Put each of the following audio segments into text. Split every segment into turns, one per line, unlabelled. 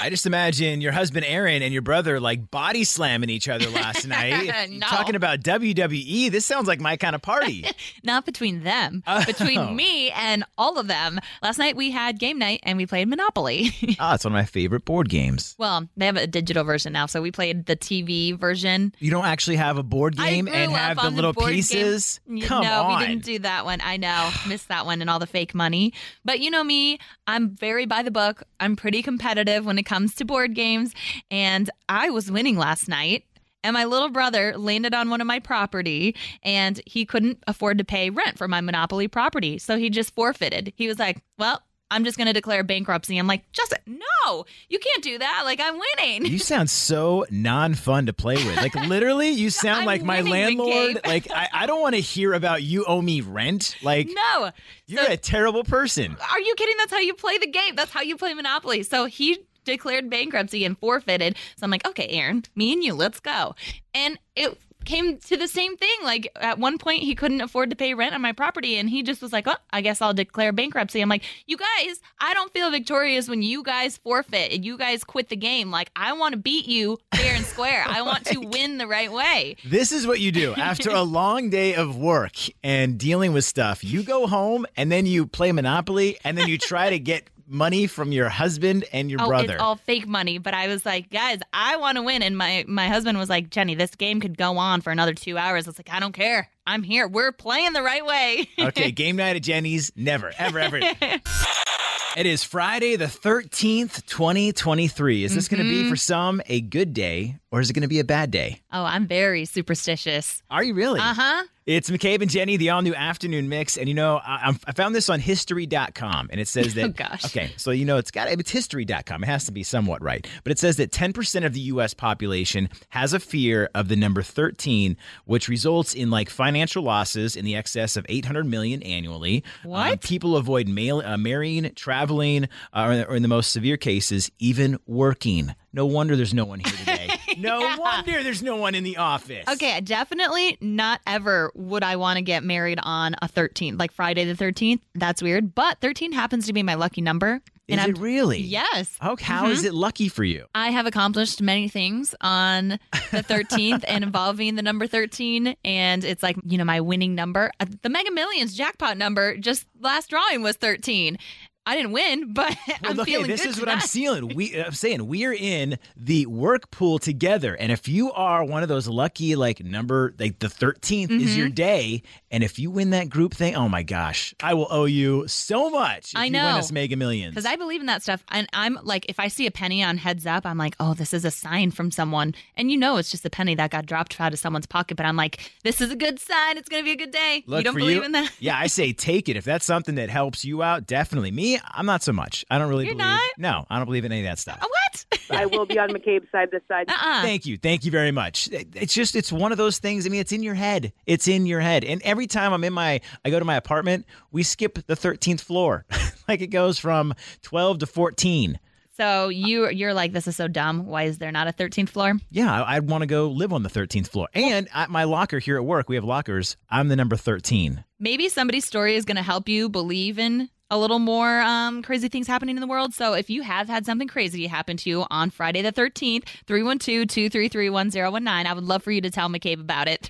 I just imagine your husband Aaron and your brother like body slamming each other last night.
No.
Talking about WWE. This sounds like my kind of party.
Not between them,
Oh.
between me and all of them. Last night we had game night and we played Monopoly.
ah, it's one of my favorite board games.
well, they have a digital version now, so we played the TV version.
You don't actually have a board
I
game
grew
and
up
have the
on
little
board game-
pieces.
Y-
Come
no,
on.
we didn't do that one. I know, missed that one and all the fake money. But you know me, I'm very by the book. I'm pretty competitive when it comes to board games, and I was winning last night. And my little brother landed on one of my property, and he couldn't afford to pay rent for my Monopoly property, so he just forfeited. He was like, "Well." I'm just going to declare bankruptcy. I'm like, Justin, no, you can't do that. Like, I'm winning.
You sound so non fun to play with. Like literally, you sound
I'm
like my
winning the
landlord.
game.
Like I, I don't want to hear about you owe me rent. Like
no.
you're
So-
a terrible person.
Are you kidding? That's how you play the game. That's how you play Monopoly. So he declared bankruptcy and forfeited. So I'm like, okay, Aaron, me and you, let's go. And it came to the same thing. Like at one point, he couldn't afford to pay rent on my property, and he just was like, oh, I guess I'll declare bankruptcy. I'm like, you guys, I don't feel victorious when you guys forfeit and you guys quit the game. Like I want to beat you fair and square. I want to win the right way.
This is what you do after a long day of work and dealing with stuff. You go home and then you play Monopoly and then you try to get money from your husband and your
oh,
brother.
it's all fake money. But I was like, guys, I want to win. And my my husband was like, Jenny, this game could go on for another two hours. I was like, I don't care. I'm here. We're playing the right way.
okay, game night at Jenny's. Never, ever, ever. it is Friday the 13th, 2023. Is this going to
Mm-hmm.
be for some a good day or is it going to be a bad day?
oh, I'm very superstitious.
Are you really?
Uh huh.
It's McCabe and Jenny, the all new afternoon mix. And you know, I, I'm- I found this on history.com and it says that.
Oh, gosh.
Okay, so you know, it's got it's history.com. It has to be somewhat right. But it says that 10% of the U.S. population has a fear of the number 13, which results in like financial losses in the excess of 800 million annually. Um,
What?
people avoid mail, uh, marrying, traveling, uh, or in the most severe cases, even working. No wonder there's no one here today. No wonder there's no one in the office.
Okay, definitely not ever would I want to get married on a 13th, like Friday the 13th. That's weird. But 13 happens to be my lucky
Is
number. I'm- Mm-hmm.
it really?
Yes.
Oh, how is it lucky for you?
I have accomplished many things on the 13th and involving the number 13. And it's like, you know, my winning number. Uh, The Mega Millions jackpot number just last drawing was 13. I didn't win, but I'm
Well, okay,
feeling
this
good
is what I'm
tonight.
seeing. We, I'm saying we're in the work pool together, and if you are one of those lucky, like number, like the 13th is
Mm-hmm.
your day, and if you win that group thing, oh my gosh, I will owe you so much. If
I
You win
know.
us Mega Millions.
Because I believe in that stuff. And I'm like, if I see a penny on heads up, I'm like, oh, this is a sign from someone. And you know, it's just a penny that got dropped out of someone's pocket. But I'm like, this is a good sign. It's going to be a good day.
Look
you don't
for
believe in that?
yeah, I say take it. If that's something that helps you out, definitely. Me, I'm not so much. I don't really
You're
believe.
not?
No, I don't believe in any of that stuff.
what?
I will be on McCabe's side this side.
uh-uh.
Thank you. Thank you very much. It- It's just, it's one of those things. I mean, it's in your head. It's in your head. And every time I'm in my, I go to my apartment, we skip the 13th floor. like it goes from 12 to 14.
So you, you're like, this is so dumb. Why is there not a 13th floor?
Yeah, I, I'd want to go live on the 13th floor. And at my locker here at work, we have lockers. I'm the number 13.
maybe somebody's story is going to help you believe in a little more um, crazy things happening in the world. So if you have had something crazy happen to you on Friday the 13th, 312-233-1019, I would love for you to tell McCabe about it.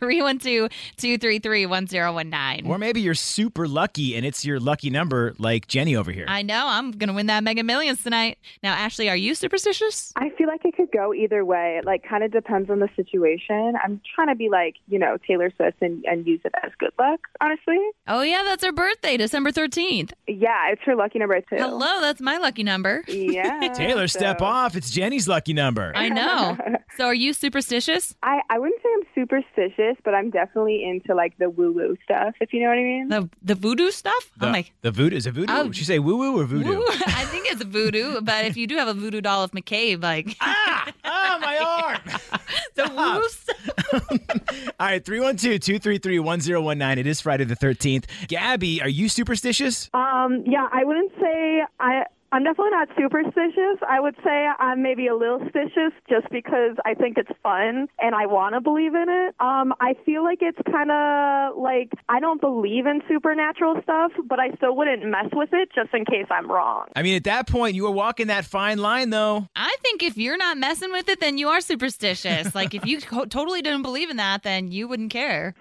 312-233-1019.
Or maybe you're super lucky and it's your lucky number, like Jenny over here.
I know I'm going to win that Mega Millions tonight. Now, Ashley, are you superstitious?
I feel like it could go either way. It like kind of depends on the situation. I'm trying to be like, you know, Taylor Swift and, and use it as good luck, honestly.
Oh, yeah, that's her birthday, December 13th.
Yeah, it's her lucky number too.
Hello, that's my lucky number.
Yeah.
Taylor,
so-
step off. It's Jenny's lucky number.
I know. So are you superstitious?
I, I wouldn't say I'm superstitious, but I'm definitely into like the woo woo stuff, if you know what I mean.
The the voodoo stuff?
The,
oh my
the voodoo is it voodoo?
Oh.
Did you say woo woo or voodoo?
Woo. I think it's voodoo, but if you do have a voodoo doll of McCabe, like
Ah, ah, my arm.
the woo stuff.
All right, 312 233 1019. It is Friday the 13th. Gabby, are you superstitious?
Um, yeah, I wouldn't say I. I'm definitely not superstitious. I would say I'm maybe a little stitious just because I think it's fun and I want to believe in it. Um, I feel like it's kind of like I don't believe in supernatural stuff, but I still wouldn't mess with it just in case I'm wrong.
I mean, at that point, you were walking that fine line, though.
I think if you're not messing with it, then you are superstitious. Like if you co- totally didn't believe in that, then you wouldn't care.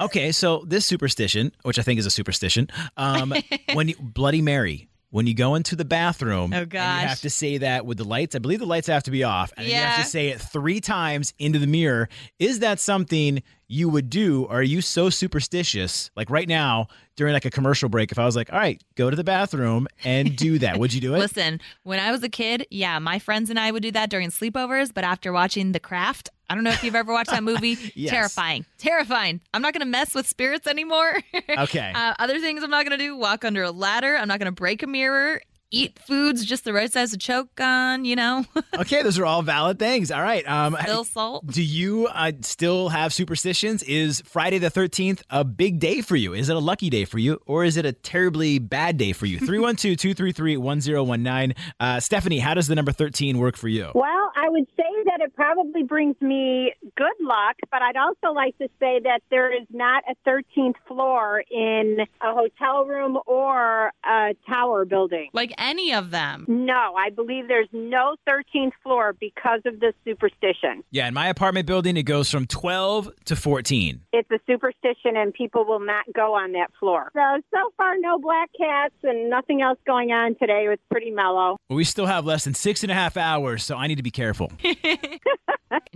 Okay, so this superstition, which I think is a superstition, um, when you, Bloody Mary, when you go into the bathroom,
Oh,
and
gosh.
you have to say that with the lights. I believe the lights have to be off, and then you have
Yeah.
to say it three times into the mirror. Is that something you would do? Or are you so superstitious? Like right now, during like a commercial break, if I was like, "All right, go to the bathroom and do that," would you do it?
Listen, when I was a kid, yeah, my friends and I would do that during sleepovers, but after watching The Craft, I don't know if you've ever watched that movie.
Yes.
Terrifying. Terrifying. I'm not going to mess with spirits anymore.
Okay.
Uh, other things I'm not going to do walk under a ladder. I'm not going to break a mirror, eat foods just the right size to choke on, you know,
okay, those are all valid things. All right. Um,
little salt.
do you uh, still have superstitions? Is Friday the 13th a big day for you? Is it a lucky day for you? Or is it a terribly bad day for you? 312 233 1019. Uh, Stephanie, how does the number 13 work for you?
Well, I would say that it probably brings me good luck, but I'd also like to say that there is not a 13th floor in a hotel room or a tower building.
Like any of them.
No, I believe there's no 13th floor because of this superstition.
Yeah, in my apartment building, it goes from 12 to 14.
It's a superstition, and people will not go on that floor. So, so far, no black cats and nothing else going on today. It was pretty mellow.
But we still have less than six and a half hours, so I need to be careful.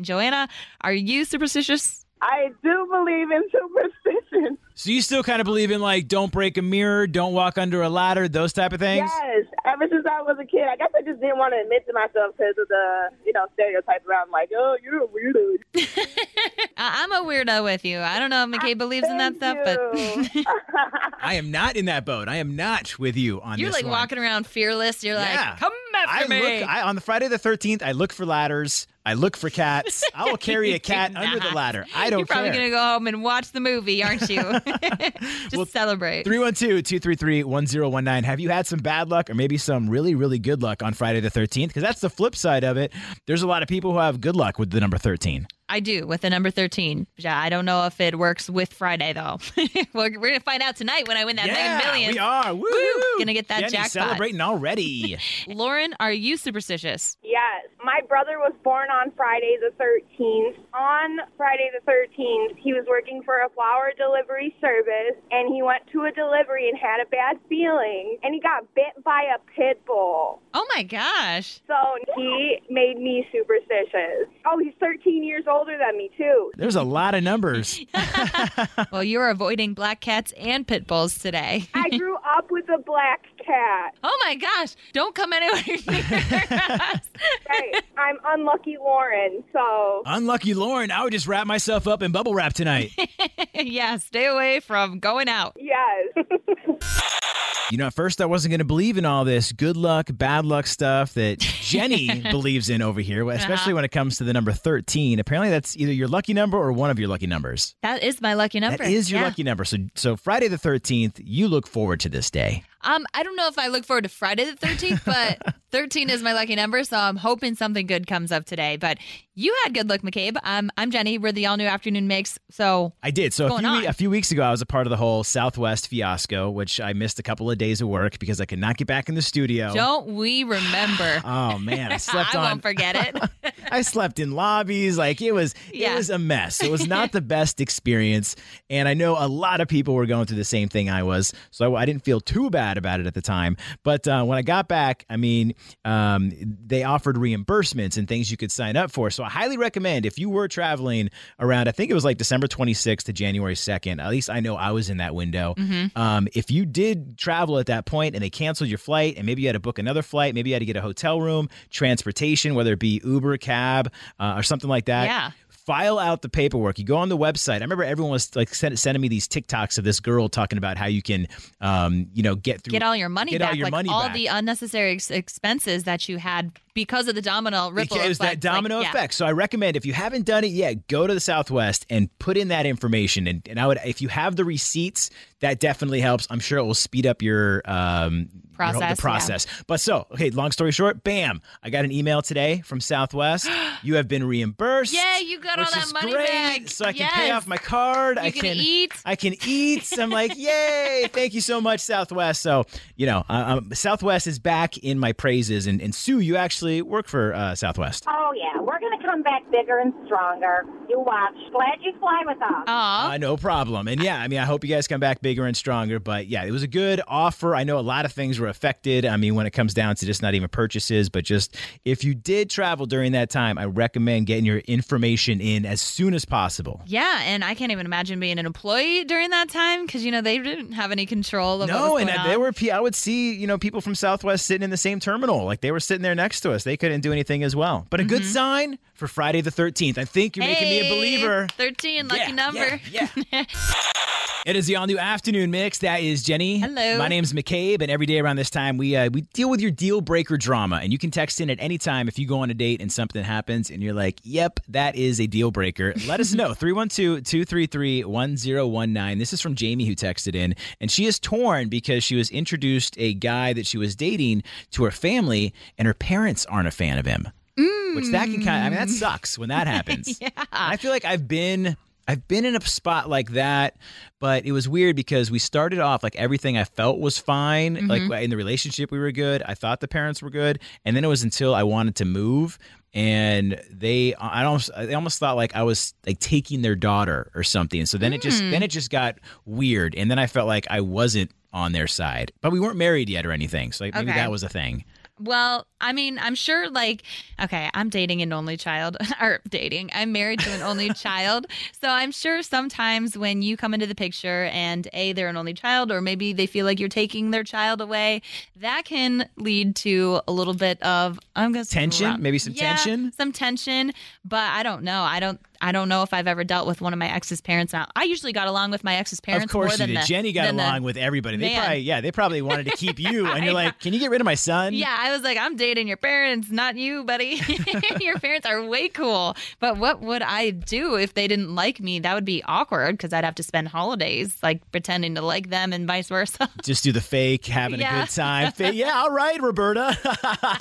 Joanna, are you superstitious?
I do believe in superstition.
So you still kind of believe in like don't break a mirror, don't walk under a ladder, those type of things?
Yes. Ever since I was a kid, I guess I just didn't want to admit to myself because of the, you know, stereotype around like, oh, you're a weirdo.
I- I'm a weirdo with you. I don't know if McKay believes in that stuff, but.
Thank you.
I am not in that boat. I am not with you on
You're
this
like
one.
walking around fearless. You're like,
Yeah.
come
I
after me.
look I, on the Friday the thirteenth. I look for ladders. I look for cats. I will carry a
You do
cat under the
not.
ladder. I don't
You're probably
care.
gonna go home and watch the movie, aren't you? Just
Well,
celebrate.
312-233-1019. Have you had some bad luck or maybe some really, really good luck on Friday the 13th? Because that's the flip side of it. There's a lot of people who have good luck with the number 13.
I do with the number thirteen. Yeah, I don't know if it works with Friday though. we're, we're gonna find out tonight when I win that
yeah,
Mega Million.
we are. Woo!
Gonna get that
Jenny
jackpot.
celebrating already.
Lauren, are you superstitious?
Yes, my brother was born on Friday the 13th. On Friday the 13th, he was working for a flower delivery service and he went to a delivery and had a bad feeling and he got bit by a pit bull.
Oh my gosh!
So he made me superstitious. Oh, he's 13 years older than me, too.
There's a lot of numbers.
Well, you're avoiding black cats and pit bulls today.
I grew up with a black cat.
Oh my gosh! Don't come anywhere near us.
Right. I'm unlucky Lauren, so
Unlucky Lauren, I would just wrap myself up in bubble wrap tonight.
yeah, stay away from going out.
yes.
You know, at first I wasn't going to believe in all this good luck, bad luck stuff that Jenny believes in over here,
Uh-huh.
especially when it comes to the number 13. Apparently, that's either your lucky number or one of your lucky numbers.
That is my lucky number.
That is your
Yeah.
lucky number. So, so Friday the 13th, you look forward to this day.
Um, I don't know if I look forward to Friday the 13th, but 13 is my lucky number, so I'm hoping something good comes up today. But you had good luck, McCabe. Um, I'm Jenny. We're the all new afternoon mix. So
I did. So a
Going
few, we-
on.
a few weeks ago, I was a part of the whole Southwest fiasco, which I missed a couple of days of work because I could not get back in the studio.
don't we remember?
Oh man, I slept
I
on.
won't forget it.
I slept in lobbies. Like it was,
Yeah.
it was a mess. It was not the best experience, and I know a lot of people were going through the same thing I was. So I, I didn't feel too bad about it at the time. But uh, when I got back, I mean, um, they offered reimbursements and things you could sign up for. So I highly recommend if you were traveling around. I think it was like December 26th to January 2nd. At least I know I was in that window.
Mm-hmm.
Um, if you did travel at that point and they canceled your flight, and maybe you had to book another flight, maybe you had to get a hotel room, transportation, whether it be Uber, cab, uh, or something like that.
Yeah.
file out the paperwork. You go on the website. I remember everyone was like send, sending me these TikToks of this girl talking about how you can, um, you know, get through.
Get all your money
Get all
back,
your
like
money
all
back.
the unnecessary ex- expenses that you had because of the domino ripple.
it was that
effect, like,
domino
yeah.
effect. So I recommend if you haven't done it yet, go to the Southwest and put in that information. And, and I would, if you have the receipts, that definitely helps. I'm sure it will speed up your um, your whole-
Process,
the
yeah.
process. But so, okay, long story short, bam! I got an email today from Southwest. you have been reimbursed.
Yeah, you got
which
all that
is
money
great.
back.
So I can pay
Yes.
off my card. I
You can
can
eat.
I can eat. I'm like, yay! Thank you so much, Southwest. So you know, I, I'm- Southwest is back in my praises. And, and Sue, you actually work for uh, Southwest.
Oh, yeah. We're going to come back bigger and stronger. You watch. Glad you fly with us.
Aw.
Uh, no problem. And yeah, I mean, I hope you guys come back bigger and stronger. But yeah, it was a good offer. I know a lot of things were affected. I mean, when it comes down to just not even purchases, but just if you did travel during that time, I recommend getting your information in as soon as possible.
yeah, and I can't even imagine being an employee during that time because you know they didn't have any control of what
No,
was
and
going
there
on.
were pe- I would see you know people from Southwest sitting in the same terminal, like they were sitting there next to us. They couldn't do anything as well. But a good sign for Friday the thirteenth. I think you're making me a
Mm-hmm. Hey,
believer.
Thirteen, lucky
Yeah,
number.
Yeah. yeah. it is the all new afternoon mix. That is Jenny.
Hello.
My name's McCabe, and every day around this time, we uh, we deal with your deal breaker drama, and you can text in at any time if you go on a date and something happens, and you're like, "Yep, that is a deal breaker." Let us know 312-233-1019. This is from Jamie who texted in, and she is torn because she was introduced a guy that she was dating to her family, and her parents aren't a fan of him. Which that can kind of, I mean, that sucks when that happens.
yeah.
I feel like I've been I've been in a spot like that, but it was weird because we started off like everything I felt was fine. Like in the relationship we were good. I thought the parents were good, and then it was until I wanted to move and they I almost I almost thought like I was like taking their daughter or something. So then it just then it just got weird, and then I felt like I wasn't on their side, but we weren't married yet or anything. So like, maybe
Okay.
that was a thing.
Well, I mean, I'm sure like okay, I'm dating an only child or dating. I'm married to an only child. So I'm sure sometimes when you come into the picture and A they're an only child or maybe they feel like you're taking their child away, that can lead to a little bit of I'm going to
Tension? Maybe some tension?
Some tension, but I don't know. I don't I don't know if I've ever dealt with one of my ex's parents. Now, I usually got along with my ex's parents
Of course
more
you
than
did.
the-
Jenny got
than the-
along with everybody. They
man.
probably yeah, they probably wanted to keep you, and you're like, can you get rid of my son?
Yeah, I was like, I'm dating your parents, not you, buddy. your parents are way cool. But what would I do if they didn't like me? That would be awkward because I'd have to spend holidays like pretending to like them and vice versa.
just do the fake, having a
Yeah.
good time. Fake, yeah, all right, Roberta.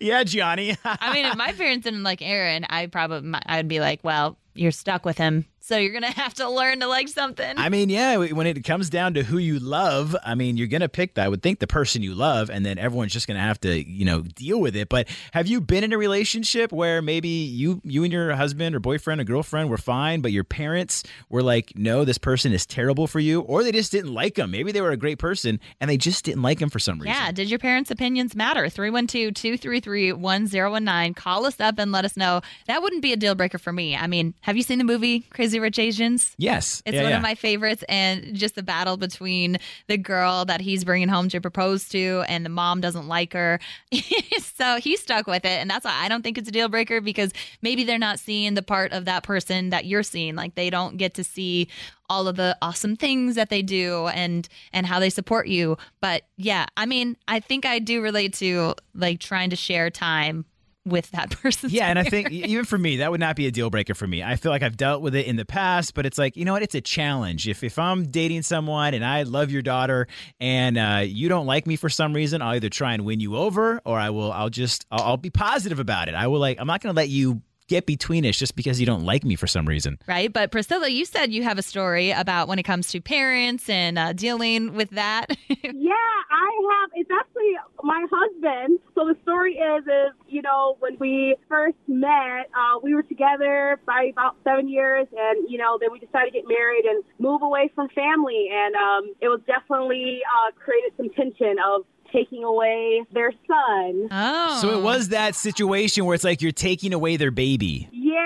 yeah, Johnny.
I mean, if my parents didn't like Aaron, I probably I'd be like, well, you're stuck with him, so you're gonna have to learn to like something.
I mean, yeah, when it comes down to who you love, I mean, you're going to pick that. I would think the person you love, and then everyone's just going to have to, you know, deal with it. But have you been in a relationship where maybe you you and your husband or boyfriend or girlfriend were fine, but your parents were like, "No, this person is terrible for you," or they just didn't like him. Maybe they were a great person and they just didn't like him for some reason.
Yeah, did your parents' opinions matter? 312 233 1019. Call us up and let us know. That wouldn't be a deal breaker for me. I mean, have you seen the movie Crazy Rich Asians?
Yes.
It's
Yeah,
one
yeah.
of my favorites, and just the battle between the girl that he's bringing home to propose to, and the mom doesn't like her. so he's stuck with it, and that's why I don't think it's a deal breaker because maybe they're not seeing the part of that person that you're seeing. Like they don't get to see all of the awesome things that they do and and how they support you. But yeah, I mean, I think I do relate to like trying to share time with that person.
Yeah, and I think e- even for me, that would not be a deal breaker for me. I feel like I've dealt with it in the past, but it's like you know what? It's a challenge. If if I'm dating someone and I love your daughter and uh, you don't like me for some reason, I'll either try and win you over or I will. I'll just I'll, I'll be positive about it. I will like I'm not going to let you get between us just because you don't like me for some reason.
right? But Priscilla, you said you have a story about when it comes to parents and uh, dealing with that.
Yeah, I have. It's actually my husband. So the story is, is you know, when we first met, uh, we were together by about seven years, and you know, then we decided to get married and move away from family, and um, it was definitely uh, created some tension of taking away their son.
oh,
So it was that situation where it's like you're taking away their baby.
Yeah,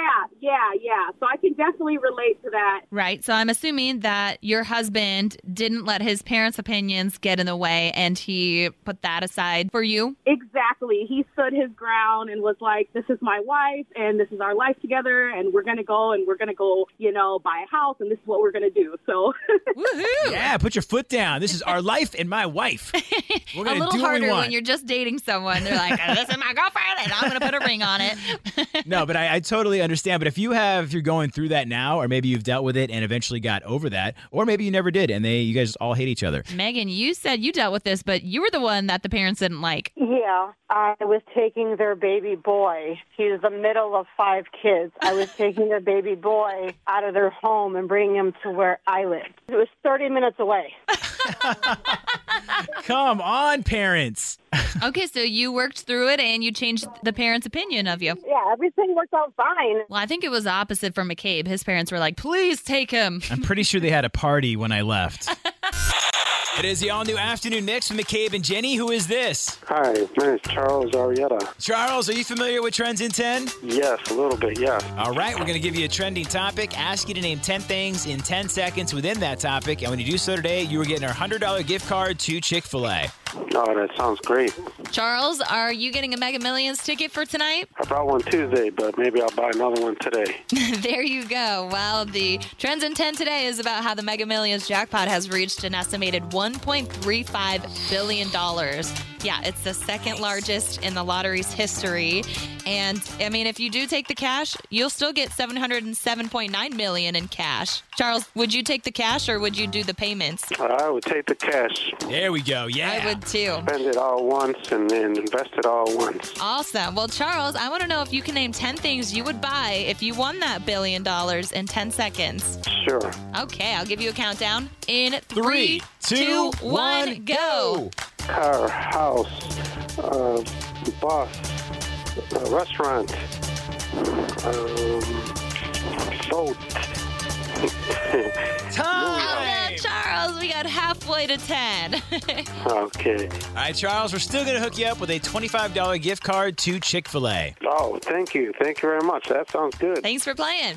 Yeah, yeah, yeah. So I can definitely relate to that.
Right. So I'm assuming that your husband didn't let his parents' opinions get in the way and he put that aside for you.
Exactly. He stood his ground and was like, This is my wife and this is our life together and we're gonna go and we're gonna go, you know, buy a house and this is what we're gonna do. So
Woohoo!
Yeah, put your foot down. This is our life and my wife. We're
A
gonna
little
do what we
harder
want.
when you're just dating someone. They're like, "Oh, this is my girlfriend and I'm going to put a ring on it.
no, but I, I totally understand. But if you have, if you're going through that now, or maybe you've dealt with it and eventually got over that, or maybe you never did, and they, you guys all hate each other.
Megan, you said you dealt with this, but you were the one that the parents didn't like.
Yeah, I was taking their baby boy. He was the middle of five kids. I was taking their baby boy out of their home and bringing him to where I lived. It was 30 minutes away.
Come on, parents.
Okay, so you worked through it and you changed the parents' opinion of you.
Yeah, everything worked out fine.
Well, I think it was opposite for McCabe. His parents were like, please take him.
I'm pretty sure they had a party when I left. it is the all new afternoon mix with McCabe and Jenny. Who is this?
Hi, my name's Charles Arietta.
Charles, are you familiar with Trends in 10?
Yes, a little bit, yes.
All right, we're going to give you a trending topic, ask you to name 10 things in 10 seconds within that topic. And when you do so today, you are getting our $100 gift card to Chick fil A.
Oh, that sounds great.
Charles, are you getting a Mega Millions ticket for tonight?
I bought one Tuesday, but maybe I'll buy another one today.
there you go. Well, the Trends in 10 today is about how the Mega Millions jackpot has reached an estimated $1.35 billion. Yeah, it's the second largest in the lottery's history. And I mean, if you do take the cash, you'll still get 707.9 million in cash. Charles, would you take the cash or would you do the payments?
Uh, I would take the cash,
There we go. Yeah.
I would too.
spend it all once, and then invest it all once.
Awesome. Well, Charles, I want to know if you can name 10 things you would buy if you won that billion dollars in 10 seconds.
Sure.
Okay, I'll give you a countdown. In
Three,
three, two, one, go.
Car, house, uh, bus, uh, restaurant, um, boat.
Oh, no,
Time.
Charles, we got halfway to 10.
okay.
All right, Charles, we're still going to hook you up with a $25 gift card to Chick fil A.
Oh, thank you. Thank you very much. That sounds good.
Thanks for playing.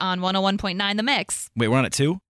on 101.9 The Mix.
Wait, we're on it too?